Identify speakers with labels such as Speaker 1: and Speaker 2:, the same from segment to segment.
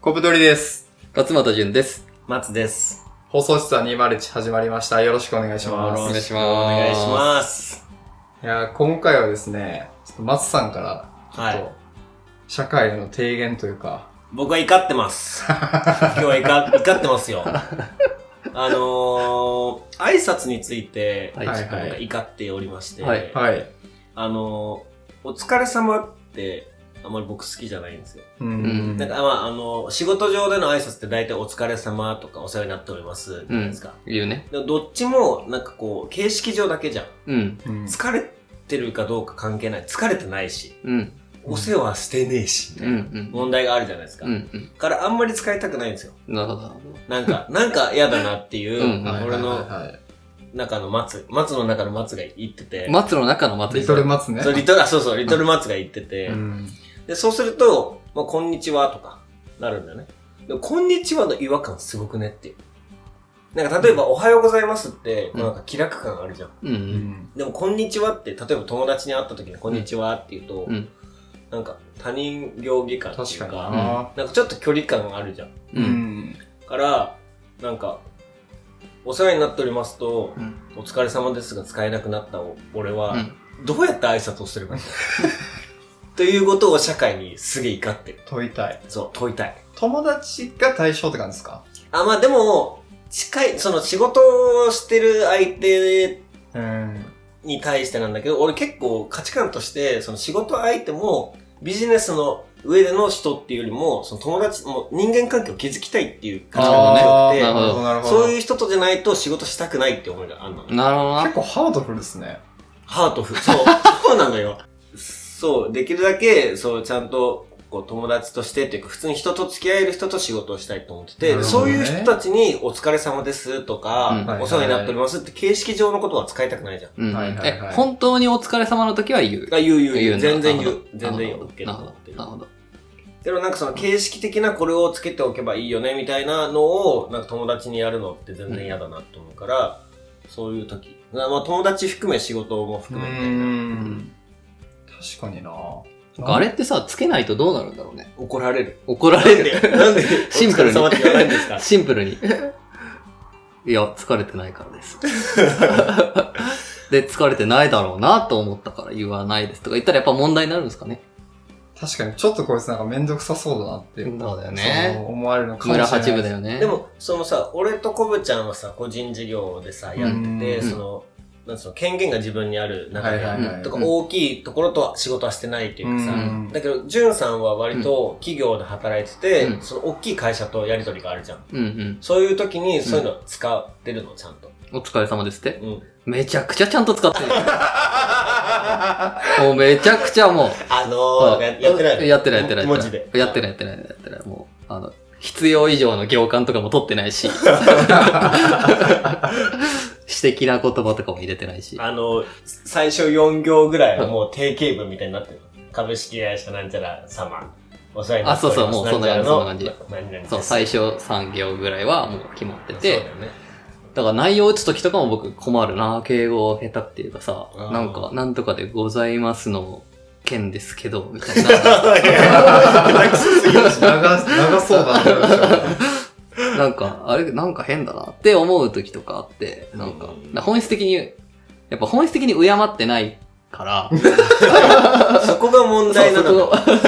Speaker 1: 小太りです。
Speaker 2: 勝俣淳です。
Speaker 3: 松です。
Speaker 1: 放送室は201始まりました。よろしくお願いします。
Speaker 2: 願いします
Speaker 3: よろくお願いします。
Speaker 1: いやー、今回はですね、ちょっと松さんから、
Speaker 3: は
Speaker 1: ちょっ
Speaker 3: い
Speaker 1: と。社会の提言というか、
Speaker 3: 僕は怒っ てます。今日は怒怒ってますよ。あのー、挨拶について、
Speaker 2: はい
Speaker 1: はい
Speaker 3: なんか怒っておりまして、
Speaker 2: はい
Speaker 1: はい。
Speaker 3: あのー、お疲れ様って、あんまり僕好きじゃないんですよ。
Speaker 1: う
Speaker 2: うん
Speaker 3: なんか、まあ、あのー仕事上での挨拶って大体お疲れ様とかお世話になっております、じゃないですか。
Speaker 2: 言うね。
Speaker 3: でもどっちも、なんかこう、形式上だけじゃん。
Speaker 2: うん。
Speaker 1: うん
Speaker 3: 疲れてるかどうか関係ない。疲れてないし、
Speaker 2: うん。
Speaker 3: お世話してねえし、み
Speaker 2: うん。
Speaker 3: た
Speaker 2: う。
Speaker 3: いなん問題があるじゃないですか。
Speaker 2: うん。
Speaker 3: からあんまり使いたくないんですよ。
Speaker 2: なるほど。
Speaker 3: なんか、 なんか嫌だなっていう、
Speaker 2: うん
Speaker 1: はい
Speaker 3: 俺の
Speaker 1: はいはいはい
Speaker 3: 中の松、松の中の松が言ってて、
Speaker 2: 松の中の松
Speaker 1: リトル松ね。
Speaker 3: そうリトル、あ、そうそう、リトル松が言ってて、
Speaker 1: うん
Speaker 3: で、そうすると、まあ、こんにちはとか、なるんだよね。でもこんにちはの違和感すごくねっていう。なんか、例えば、おはようございますって、
Speaker 2: うん
Speaker 3: なんか気楽感あるじゃん。
Speaker 2: うん。う。
Speaker 1: うんん
Speaker 3: でも、こんにちはって、例えば友達に会った時に、こんにちはって言うと、
Speaker 2: うん
Speaker 3: なんか、他人行儀感ってい
Speaker 1: 確
Speaker 3: う
Speaker 1: か
Speaker 3: か、
Speaker 1: にな。
Speaker 3: なんかちょっと距離感あるじゃん。
Speaker 2: う。
Speaker 1: うんん。
Speaker 3: から、なんか、お世話になっておりますと、
Speaker 2: うん
Speaker 3: お疲れ様ですが使えなくなったお俺は、どうやって挨拶をすればいいの ということを社会にすげえ怒ってる。
Speaker 1: 問いたい。
Speaker 3: そう、問いたい。
Speaker 1: 友達が対象って感じですか
Speaker 3: あ、まあでも、近い、その仕事をしてる相手
Speaker 1: うん。
Speaker 3: に対してなんだけど、俺結構価値観として、その仕事相手もビジネスの上での人っていうよりも、その友達、もう人間関係を築きたいっていう価値観が
Speaker 1: あ
Speaker 3: 強
Speaker 1: あ
Speaker 3: く
Speaker 1: ー、
Speaker 3: て
Speaker 2: な
Speaker 1: な
Speaker 2: る
Speaker 1: る
Speaker 2: ほ
Speaker 1: ほ
Speaker 2: ど
Speaker 1: ど、なるほど。
Speaker 3: そういう人とじゃないと仕事したくないって思いがあるの。
Speaker 2: なるほど
Speaker 1: 結
Speaker 2: な。
Speaker 1: 構ハードフルですね。
Speaker 3: ハートフル。そう。 そうなのよ。そう。できるだけ、そう、ちゃんと、こう、友達としてっていうか、普通に人と付き合える人と仕事をしたいと思ってて、
Speaker 1: なるほど
Speaker 3: そう
Speaker 1: ね
Speaker 3: いう人たちに、お疲れ様ですとか、
Speaker 1: うん
Speaker 3: お世話になっておりますって、形式上のことは使いたくないじゃん。
Speaker 2: うん。
Speaker 1: はいはいはい
Speaker 2: え、本当にお疲れ様の時は言う。
Speaker 3: あ、言う言
Speaker 2: 言
Speaker 3: う言
Speaker 2: うん
Speaker 3: う。
Speaker 2: だ
Speaker 3: 全然
Speaker 2: なる
Speaker 3: 言う
Speaker 2: ほ。ど
Speaker 3: 全然言
Speaker 2: な
Speaker 3: う。OK だ
Speaker 2: る
Speaker 3: と
Speaker 2: ほ
Speaker 3: 思
Speaker 2: ど
Speaker 3: って。る
Speaker 2: なる。ほど。
Speaker 3: でもなんかその形式的なこれをつけておけばいいよねみたいなのをなんか友達にやるのって全然嫌だなと思うから、そういう時。まあ友達含め仕事も
Speaker 1: う
Speaker 3: 含めて
Speaker 1: ん。確かにな。
Speaker 2: なんかあれってさ、つけないとどうなるんだろうね。
Speaker 3: 怒られる。
Speaker 2: 怒ら
Speaker 3: なん
Speaker 2: れる。
Speaker 3: で なんで
Speaker 2: シンプルに
Speaker 3: お疲れ様って言わないんですか
Speaker 2: シンプルに。 いや、疲れてないから です。で、疲れてないだろうなと思ったから言わないですとか言ったらやっぱ問題になるんですかね。
Speaker 1: 確かに、ちょっとこいつなんかめんどくさそうだなっていう。
Speaker 2: そうだよ
Speaker 1: そ
Speaker 2: ね。
Speaker 1: う思われるのかもしれ
Speaker 2: 村
Speaker 1: ない。
Speaker 2: 八部だよね。
Speaker 3: で、も、そのさ、俺とコブちゃんはさ、個人事業でさ、やっ
Speaker 1: うん
Speaker 3: てて、その、なんつうの、権限が自分にある中
Speaker 1: はいはいはい
Speaker 3: で、とか大きいところとは仕事はしてないっていうかさ
Speaker 1: うん、
Speaker 3: だけど、ジュンさんは割と企業で働いてて
Speaker 2: う、ん
Speaker 3: その大きい会社とやりとりがあるじゃん。
Speaker 2: うんうん。
Speaker 3: そういう時にそういうの使ってるの、ちゃんと。
Speaker 2: お疲れ様ですって。
Speaker 3: うん。
Speaker 2: めちゃくちゃちゃんと使ってる。もうめちゃくちゃもう。
Speaker 3: あのー、ややってないの
Speaker 2: やってないやってない。
Speaker 3: 文字で。
Speaker 2: やってないやってないやってない。もう、あの、必要以上の行間とかも取ってない し。私的な言葉とかも入れてないし。
Speaker 3: あの、最初4行ぐらいはもう定型文みたいになってる。株式会社なんちゃら様。お世話になっております。
Speaker 2: あそうそうもうそんな感じ
Speaker 3: ちゃらの
Speaker 2: そんな感じ
Speaker 3: 何々です
Speaker 2: そう、最初3行ぐらいはもう決まって
Speaker 3: そう
Speaker 2: て
Speaker 3: だ。よね。
Speaker 2: だから内容打つときとかも僕困るな。敬語下手っていうかさ、
Speaker 3: あー
Speaker 2: なんか、なんとかでございますの件ですけど、みたい な。
Speaker 1: 長、長そうだな。
Speaker 2: なんか、あれ、なんか変だなって思うときとかあって、なんか、
Speaker 3: うん
Speaker 2: な本質的に、やっぱ本質的に敬ってないから、
Speaker 3: そこが問題なのよ。
Speaker 2: そう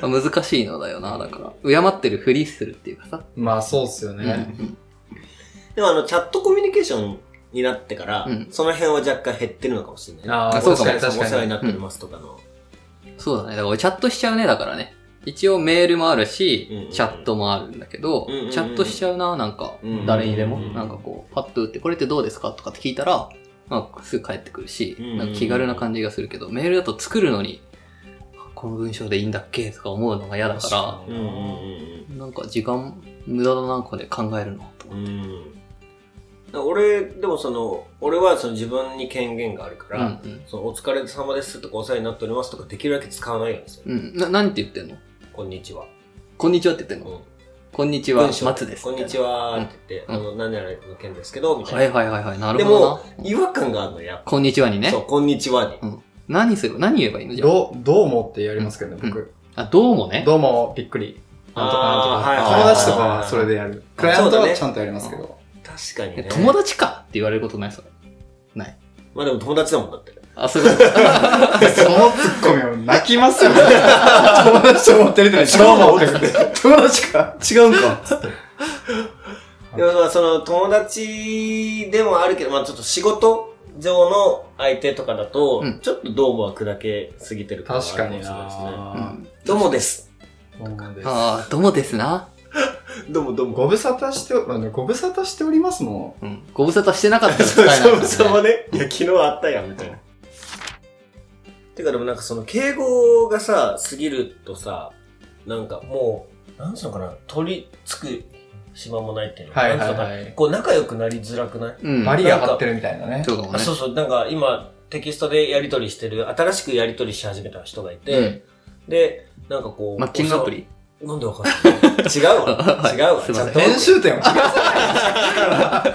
Speaker 2: そこ 難しいのだよな、だから。敬ってるふりするっていうかさ。
Speaker 1: まあ、そうっすよね。
Speaker 3: でもあの、チャットコミュニケーションになってから、
Speaker 2: うん
Speaker 3: その辺は若干減ってるのかもしれない。
Speaker 1: ああ、
Speaker 2: そう
Speaker 1: 確
Speaker 2: かも
Speaker 1: かに
Speaker 3: お世
Speaker 1: 確
Speaker 3: 話
Speaker 1: か
Speaker 3: に
Speaker 1: に。
Speaker 3: なっておりますとかの。
Speaker 2: そうだね。だから俺チャットしちゃうね、だからね。一応メールもあるし、
Speaker 3: うんうんうん
Speaker 2: チャットもあるんだけど、
Speaker 3: うんうんうん
Speaker 2: チャットしちゃうな、なんか
Speaker 3: うんうんう、ん
Speaker 2: 誰にでも、なんかこう、パッと打って、これってどうですかとかって聞いたら、まあ、すぐ帰ってくるし、
Speaker 3: うんうんうん
Speaker 2: なんか気軽な感じがするけど、メールだと作るのに、この文章でいいんだっけとか思うのが嫌だか
Speaker 3: うんうん
Speaker 2: ら、なんか時間無駄だな、これ考えるの。と
Speaker 3: うんうん。うん。だから俺、でもその、俺はその自分に権限があるから、
Speaker 2: うん
Speaker 3: そのお疲れ様ですとかお世話になっておりますとかできるだけ使わないようにする。
Speaker 2: うん。な、何て言ってんの
Speaker 3: こんにちは。
Speaker 2: こんにちはって言ってんの
Speaker 3: うん
Speaker 2: こんにちは、
Speaker 3: 文章
Speaker 2: 松です。
Speaker 3: こんにち
Speaker 2: は。
Speaker 3: はって言って、
Speaker 2: うん
Speaker 3: あの、何々の件ですけど、みたいな。
Speaker 2: はいはいはいはい。なる
Speaker 3: で
Speaker 2: ほど
Speaker 3: も
Speaker 2: な。、
Speaker 3: 違和感があるの、やっ
Speaker 2: こんにちはに
Speaker 3: ぱ。
Speaker 2: ね
Speaker 3: そ。う、こんにちはに。
Speaker 2: 何すれば、何言えばいいのじゃあ。
Speaker 1: どう、どうもってやりますけどね、僕。
Speaker 2: あ、どうもね。
Speaker 1: どうも、びっくり。なんとかなんとか。
Speaker 2: あーはい
Speaker 1: 友達とかはそれでやる。クライアント
Speaker 3: そうだ
Speaker 1: は
Speaker 3: ね
Speaker 1: ちゃんとやりますけど。
Speaker 3: 確かに
Speaker 2: え
Speaker 3: ね。
Speaker 2: 友達かって言われることないそれ。
Speaker 3: まあでも友達だもんだって。
Speaker 2: あ、そういうこと
Speaker 1: そのツッコミを泣きますよね。友達と思ってるのに、どうもって友達か。違うんか。
Speaker 3: でもまあその友達でもあるけど、まあちょっと仕事上の相手とかだと、
Speaker 2: うん
Speaker 3: ちょっとどうもは砕けすぎてる
Speaker 1: 確かに
Speaker 3: な。
Speaker 2: う
Speaker 1: なん
Speaker 3: どうもです。
Speaker 2: ああ、どうもですな。
Speaker 3: どうもどうも。
Speaker 1: ご無沙汰して、まあねご無沙汰しておりますも
Speaker 2: うん。ご無沙汰してなかったら使
Speaker 3: そ
Speaker 2: え
Speaker 3: も
Speaker 2: ない
Speaker 3: そ
Speaker 2: から
Speaker 3: も
Speaker 2: ね。
Speaker 3: そもね、いや、昨日あったやん、みたいな。てかでもなんかその敬語がさ、過ぎるとさ、なんかもう、なんつうのかな、取り付く島もないっていうの
Speaker 1: はいはいはい
Speaker 3: なんつうのかなこう仲良くなりづらくない、
Speaker 2: う
Speaker 1: う、
Speaker 2: ん。
Speaker 1: バリア張ってるみたいなね。
Speaker 2: そうかもね。
Speaker 3: あそうそう、なんか今、テキストでやり取りしてる、新しくやり取りし始めた人がいて、で、なんかこ
Speaker 2: う
Speaker 3: う。
Speaker 2: んマッチングアプリ
Speaker 3: なんでわかんない違うわ。違うわ。
Speaker 2: すい
Speaker 3: ち
Speaker 2: ませ
Speaker 3: ゃん
Speaker 2: ん
Speaker 3: と。
Speaker 1: 編集点は違う。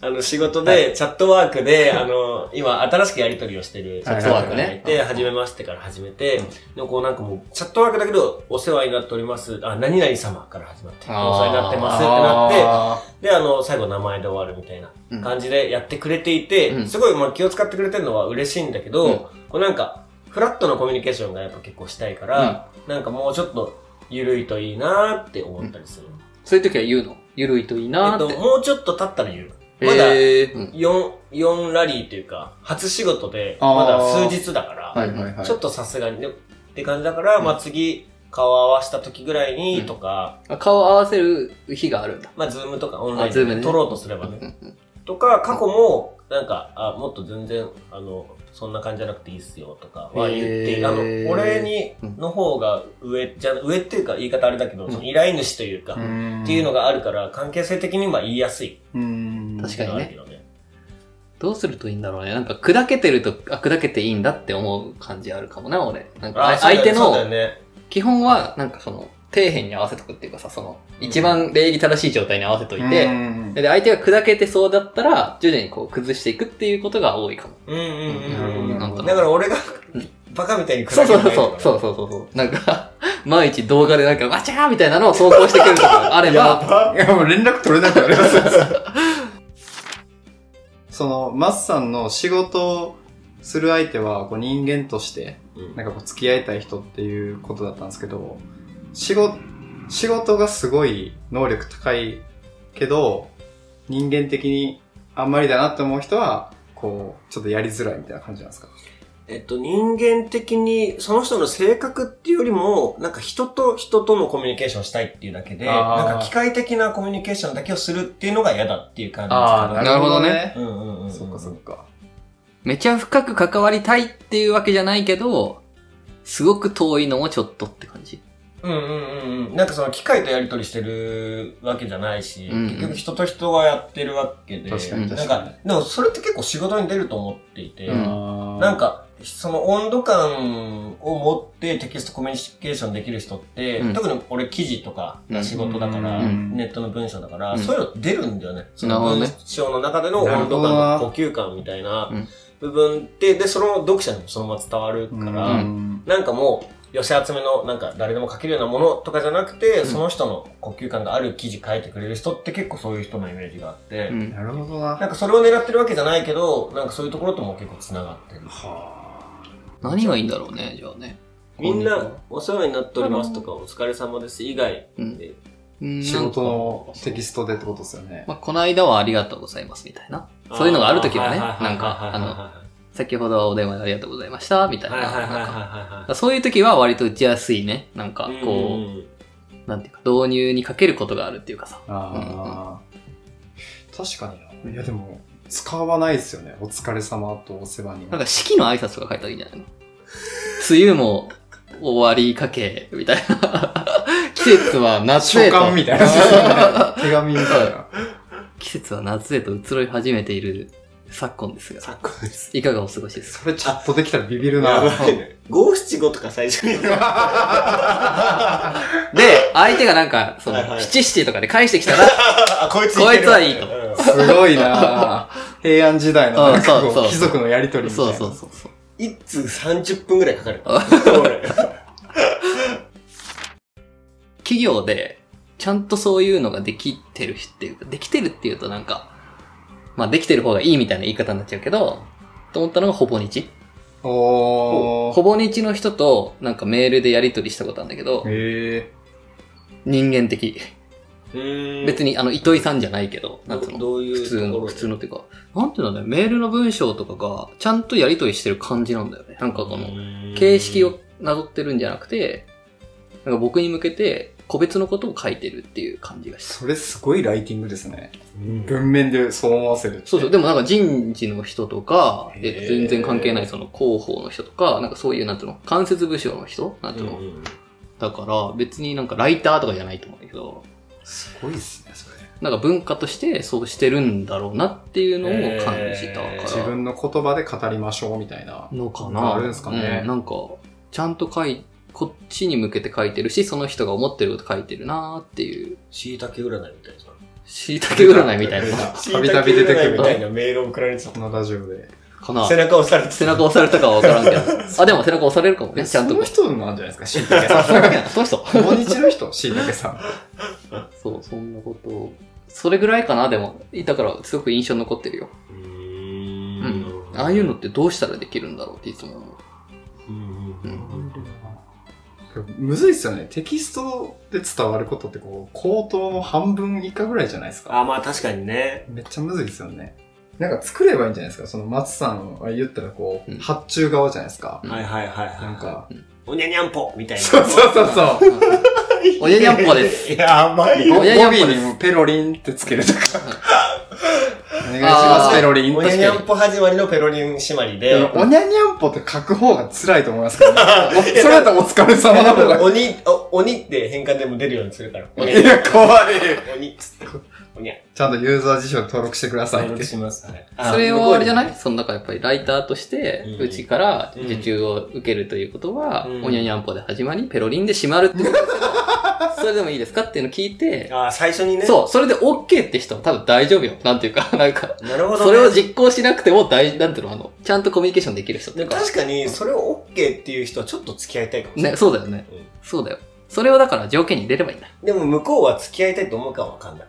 Speaker 3: あの、仕事で、チャットワークで、あの、今、新しくやり取りをしてる、チャットワークがい
Speaker 2: はい
Speaker 3: て、初めましてから始めて、でもこうなんかもう、チャットワークだけど、お世話になっております、あ、何々様から始まって、お世
Speaker 2: あー
Speaker 3: 話になってますってな
Speaker 1: あ
Speaker 3: って、で、あの、最後名前で終わるみたいな感じでやってくれていて、
Speaker 2: うん
Speaker 3: すごい、まあ、気を使ってくれてるのは嬉しいんだけど、
Speaker 2: うん
Speaker 3: こうなんか、フラットなコミュニケーションがやっぱ結構したいから、なんかもうちょっと、ゆるいといいなーって思ったりする。
Speaker 2: そういう時は言うの。ゆるいといい
Speaker 3: え
Speaker 2: な
Speaker 3: っ
Speaker 2: ー
Speaker 3: と、
Speaker 2: って。
Speaker 3: もうちょっと経ったら言う。まだ、
Speaker 2: えーうん
Speaker 3: 4、四ラリーというか、初仕事で、
Speaker 1: あー
Speaker 3: まだ数日だから、
Speaker 1: はいはいはい
Speaker 3: ちょっとさすがにね、って感じだから、まあ次、顔合わした時ぐらいにとか、
Speaker 2: あ顔合わせる日があるんだ。
Speaker 3: まあズームとかオンライン
Speaker 2: あズーム
Speaker 3: で
Speaker 2: ね
Speaker 3: 撮ろうとすればね。とか、過去も、なんか、あ、もっと全然、あの、そんな感じじゃなくていいっすよとかは言ってい
Speaker 2: へ
Speaker 3: る。
Speaker 2: ー
Speaker 3: あの、俺に、の方が上じゃ、上っていうか言い方あれだけど、その依頼主というか、
Speaker 1: ー
Speaker 3: っていうのがあるから、関係性的には言いやすい。
Speaker 1: うん。
Speaker 2: 確か
Speaker 3: け
Speaker 2: に
Speaker 3: どあるけ
Speaker 2: ね。
Speaker 3: どね。
Speaker 2: どうするといいんだろうね。なんか砕けてると、あ、砕けていいんだって思う感じあるかもな、俺。なんかあ
Speaker 3: あそうだ
Speaker 2: 相
Speaker 3: よ
Speaker 2: 手
Speaker 3: そうだよ
Speaker 2: の、
Speaker 3: ね
Speaker 2: 基本は、なんかその、底辺に合わせとくっていうかさ、その、一番礼儀正しい状態に合わせといて、
Speaker 1: うん
Speaker 2: で、相手が砕けてそうだったら、徐々にこう崩していくっていうことが多いかも。
Speaker 3: うんうんうんうん。
Speaker 1: なんとなく
Speaker 3: だから俺が、バカみたいに。
Speaker 2: そうそうそうそう。そううそうそうそう。なんか、毎日動画でなんか、わちゃーみたいなのを投稿してくるとか あれば、
Speaker 1: いや、もう連絡取れなくなりますよ。その、マスさんの仕事をする相手は、こう人間として、なんかこう付き合いたい人っていうことだったんですけど、仕事、仕事がすごい能力高いけど、人間的にあんまりだなって思う人は、こう、ちょっとやりづらいみたいな感じなんですか
Speaker 3: えっと、人間的に、その人の性格っていうよりも、なんか人と人とのコミュニケーションしたいっていうだけで、
Speaker 1: あー
Speaker 3: なんか機械的なコミュニケーションだけをするっていうのが嫌だっていう感じ
Speaker 2: ー
Speaker 3: で
Speaker 2: なるほどね
Speaker 3: すかね。うんうんうん。
Speaker 1: そっかそっか。
Speaker 2: めちゃ深く関わりたいっていうわけじゃないけど、すごく遠いのもちょっとって感じ。
Speaker 3: うんうんうんうん。なんかその機械とやり取りしてるわけじゃないし、
Speaker 2: うんうん
Speaker 3: 結局人と人がやってるわけで、
Speaker 1: 確か
Speaker 2: に
Speaker 3: なん
Speaker 1: 確か
Speaker 3: か、でもそれって結構仕事に出ると思っていて、
Speaker 2: うん
Speaker 3: なん
Speaker 1: か、
Speaker 3: か、その温度感を持ってテキストコミュニケーションできる人って、
Speaker 2: うん
Speaker 3: 特に俺記事とかが仕事だから、
Speaker 2: うん
Speaker 3: ネットの文章だから、
Speaker 2: うん
Speaker 3: そういうの出るんだよね。そ
Speaker 2: なるほ
Speaker 3: の
Speaker 2: ど
Speaker 3: 文
Speaker 2: ね
Speaker 3: 章の中での温度
Speaker 1: な
Speaker 3: 感
Speaker 1: るほど
Speaker 3: 呼吸感みたいな
Speaker 2: うん
Speaker 3: 部分って、で、その読者にもそのまま伝わるから、
Speaker 1: うん
Speaker 3: なんかもう、寄せ集めの、なんか誰でも書けるようなものとかじゃなくて、
Speaker 2: ん
Speaker 3: その人の呼吸感がある記事書いてくれる人って結構そういう人のイメージがあって、
Speaker 2: うん。
Speaker 1: なるほどな。
Speaker 3: なんかそれを狙ってるわけじゃないけど、なんかそういうところとも結構繋がってる。
Speaker 2: 何がいいんだろうね、じゃあね。
Speaker 3: みんな、お世話になっておりますとか、お疲れ様です以外
Speaker 2: うん
Speaker 3: で、
Speaker 2: うん
Speaker 1: 仕事のテキストでってことですよね。
Speaker 2: まあ、この間はありがとうございますみたいな。そういうのがあるときはね、
Speaker 3: あー
Speaker 2: なんか、あの、、先ほどはお電話ありがとうございました、みたいな。
Speaker 3: はいはいはいはい
Speaker 2: なんか
Speaker 3: は
Speaker 2: そういう時は割と打ちやすいね。なんか
Speaker 3: いはいはいはいはいはい。、
Speaker 2: こう、なんていうか、導入にかけることがあるっていうかさ。
Speaker 1: ああ、確かにな。いやでも、使わないですよね。お疲れ様とお世話に
Speaker 2: なんか、四季の挨拶とか書いたらいいんじゃないの梅雨も終わりかけ、みたいな。 季節は夏
Speaker 1: 書
Speaker 2: へと。
Speaker 1: 簡みたいな。手紙みたいな。
Speaker 2: 季節は夏へと移ろい始めている昨今ですが、
Speaker 3: 昨今です。
Speaker 2: いかがお過ごしですか
Speaker 1: それチャットできたらビビるな。
Speaker 3: やばいね。五七五とか最初に。
Speaker 2: で、相手がなんか、そ
Speaker 3: はいは
Speaker 2: の、
Speaker 3: い
Speaker 2: 七七とかで返してきたら、
Speaker 3: あ、こいつ
Speaker 2: こいつはいいと
Speaker 3: うん
Speaker 1: すごいな。平安時代のなんか
Speaker 2: うんそう
Speaker 1: こ
Speaker 2: そう
Speaker 1: う貴族のやりとりみたい
Speaker 2: そ
Speaker 1: な。
Speaker 2: うそうそうそう。
Speaker 3: 一通30分ぐらいかかる。
Speaker 2: あ
Speaker 3: 俺
Speaker 2: 企業で、ちゃんとそういうのができてる人っていうか、できてるっていうとなんか、まあできてる方がいいみたいな言い方になっちゃうけど、と思ったのがほぼ日。
Speaker 1: お
Speaker 2: ほぼ日の人となんかメールでやり取りしたことあるんだけど
Speaker 1: ー。、へ
Speaker 2: 人間的。
Speaker 3: うん
Speaker 2: 別にあの、糸井さんじゃないけど、なん
Speaker 3: ど
Speaker 2: つうの。
Speaker 3: どういう
Speaker 2: 普通
Speaker 3: とこ
Speaker 2: の、
Speaker 3: ろ
Speaker 2: 普通のっていうか、なんていうんだろうね、メールの文章とかが、ちゃんとやりとりしてる感じなんだよね。なんかこの、
Speaker 3: の
Speaker 2: 形式をなぞってるんじゃなくて、なんか僕に向けて、個別のことを書いてるっていう感じが
Speaker 1: ー。
Speaker 2: した。
Speaker 1: それすごいライティングですね。文面でそう思わせる。
Speaker 2: そうそう、でもなんか人事の人とか、
Speaker 3: へー
Speaker 2: えっと、全然関係ないその広報の人とか、なんかそういう、なんていうの、関節部署の人なんていうの、だから、別になんかライターとかじゃないと思うんだけど、
Speaker 1: すごいですね、それ。
Speaker 2: なんか文化としてそうしてるんだろうなっていうのを感じた
Speaker 3: へー
Speaker 2: か
Speaker 1: 自
Speaker 2: ら。
Speaker 1: 分の言葉で語りましょうみたいな。
Speaker 2: のか
Speaker 1: なんか
Speaker 2: な
Speaker 1: あるんですかね
Speaker 2: うんなんか、ちゃんと書い、こっちに向けて書いてるし、その人が思ってること書いてるなーっていう、
Speaker 3: しいたけ占いみたいなさ。
Speaker 2: 椎茸占いみたいな の
Speaker 1: たびたび出てくる
Speaker 3: みたいなメールを送られてた。
Speaker 1: このラジオで。
Speaker 2: かな
Speaker 3: 背中押されて
Speaker 2: 背中押されたかはわからんけど。あ、でも背中押されるかもね、ちゃん
Speaker 1: そ
Speaker 2: と
Speaker 1: の
Speaker 2: こ
Speaker 1: 人なんじゃないですか、しいたけさん。
Speaker 2: う。その人その人。
Speaker 1: こんにちの人、しいたけさん。
Speaker 2: そう、そんなことを。それぐらいかな、でも。いたから、すごく印象に残ってるよ。
Speaker 3: う
Speaker 2: うんん。ああいうのってどうしたらできるんだろうっていつも思う。
Speaker 3: うんうん
Speaker 1: むずいっすよね。テキストで伝わることってこう、口頭の半分以下ぐらいじゃないですか。
Speaker 3: あ、まあ確かにね。
Speaker 1: めっちゃむずいですよね。なんか作ればいいんじゃないですか。その松さんは言ったらこう、
Speaker 2: うん
Speaker 1: 発注側じゃないですか。
Speaker 2: うん
Speaker 3: はいはいはいはい。
Speaker 1: なん、か、
Speaker 3: おにゃにゃんぽみたいな。
Speaker 1: そうそうそうそう。
Speaker 2: おやにゃんぽです。
Speaker 3: い や、甘い
Speaker 1: ゴ
Speaker 3: よ。
Speaker 1: ゴ
Speaker 2: お
Speaker 1: ビ
Speaker 2: ややっぱです
Speaker 1: ーにペロリンってつけるとか。お願いしま
Speaker 2: あ
Speaker 1: す、
Speaker 2: ー
Speaker 1: ペロリン。
Speaker 3: おにゃにゃんぽ始まりのペロリン締まりで
Speaker 1: で、もおにゃにゃんぽって書く方が辛いと思いますけど、ね、おそれだったらお疲れ様の方が。
Speaker 3: 鬼、お鬼って変換でも出るようにするから。おにゃ
Speaker 1: いや、怖い。
Speaker 3: 鬼っつって。おにゃ。
Speaker 1: ちゃんとユーザー辞書に登録してください
Speaker 3: 登
Speaker 1: っ
Speaker 3: 録
Speaker 1: て。
Speaker 3: します。はい
Speaker 2: それをあれじゃないいその中やっぱりライターとして
Speaker 3: う、ん
Speaker 2: うちから受注を受けるということは、
Speaker 3: うん
Speaker 2: おにゃにゃんぽで始まり、ペロリンで閉まるってことですよ それでもいいですかっていうのを聞いて、
Speaker 3: あー、最初にね。
Speaker 2: そう、それで OK って人は多分大丈夫よ。なんていうか、 なんか、
Speaker 3: う。なるほどね。
Speaker 2: それを実行しなくても大、なんていうの、あの、ちゃんとコミュニケーションできる人ってい
Speaker 3: で
Speaker 2: う
Speaker 3: も
Speaker 2: か。
Speaker 3: 確かに、それを OK っていう人はちょっと付き合いたいかもしれない。
Speaker 2: ね、そうだよね。
Speaker 3: うん
Speaker 2: そうだよ。それをだから条件に入れればいいんだ。
Speaker 3: でも向こうは付き合いたいと思うかはわかんない。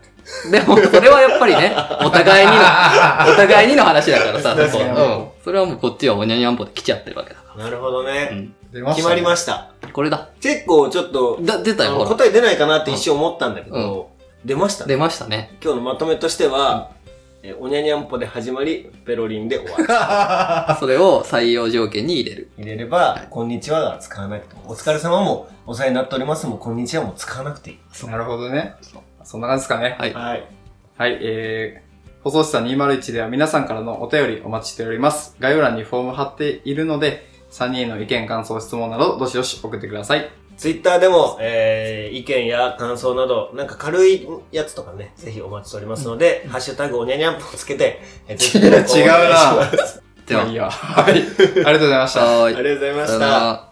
Speaker 2: でも、それはやっぱり ね、お互いにの、お互いにの話だからさ、
Speaker 3: 確
Speaker 2: そ
Speaker 3: か
Speaker 2: こ
Speaker 3: に
Speaker 2: うん。それはもうこっちはおにゃにゃんぽで来ちゃってるわけだか
Speaker 3: なるほど
Speaker 2: ら。う
Speaker 3: ね。
Speaker 2: ん。
Speaker 1: 出
Speaker 3: 決まり
Speaker 1: し
Speaker 3: ました。
Speaker 2: これだ。
Speaker 3: 結構ちょっと、
Speaker 2: だ、出た
Speaker 3: あ
Speaker 2: よ、
Speaker 3: の
Speaker 2: ほ
Speaker 3: 答え出ないかなって一瞬思ったんだけ
Speaker 2: う
Speaker 3: ど、出ました
Speaker 2: ら。
Speaker 3: ね。
Speaker 2: 出ましたね。
Speaker 3: 今日のまとめとしては、えおにゃにゃんぽで始まり、ペロリンで終わる。
Speaker 2: それを採用条件に入れる。
Speaker 3: 入れれば、こんにちはが使わないと。お疲れ様も、お世話になっておりますも、こんにちはも使わなくていい。
Speaker 1: た。なるほどね。そんな感じですかね。
Speaker 2: はい。
Speaker 3: はい。
Speaker 1: はい、えー、放送室201では皆さんからのお便りお待ちしております。概要欄にフォーム貼っているので、3人への意見、感想、質問など、どしどし送ってください。
Speaker 3: ツイッターでも、えー、意見や感想など、なんか軽いやつとかね、ぜひお待ちしておりますので、ハッシュタグおにゃにゃんぽつけて、えー
Speaker 1: いや違うな
Speaker 3: お願いします
Speaker 2: では
Speaker 1: まあいい、や。はい。ありがとうございました。
Speaker 2: は
Speaker 3: ありがとうございま
Speaker 2: さよ
Speaker 3: し
Speaker 2: な
Speaker 3: た。
Speaker 2: ら。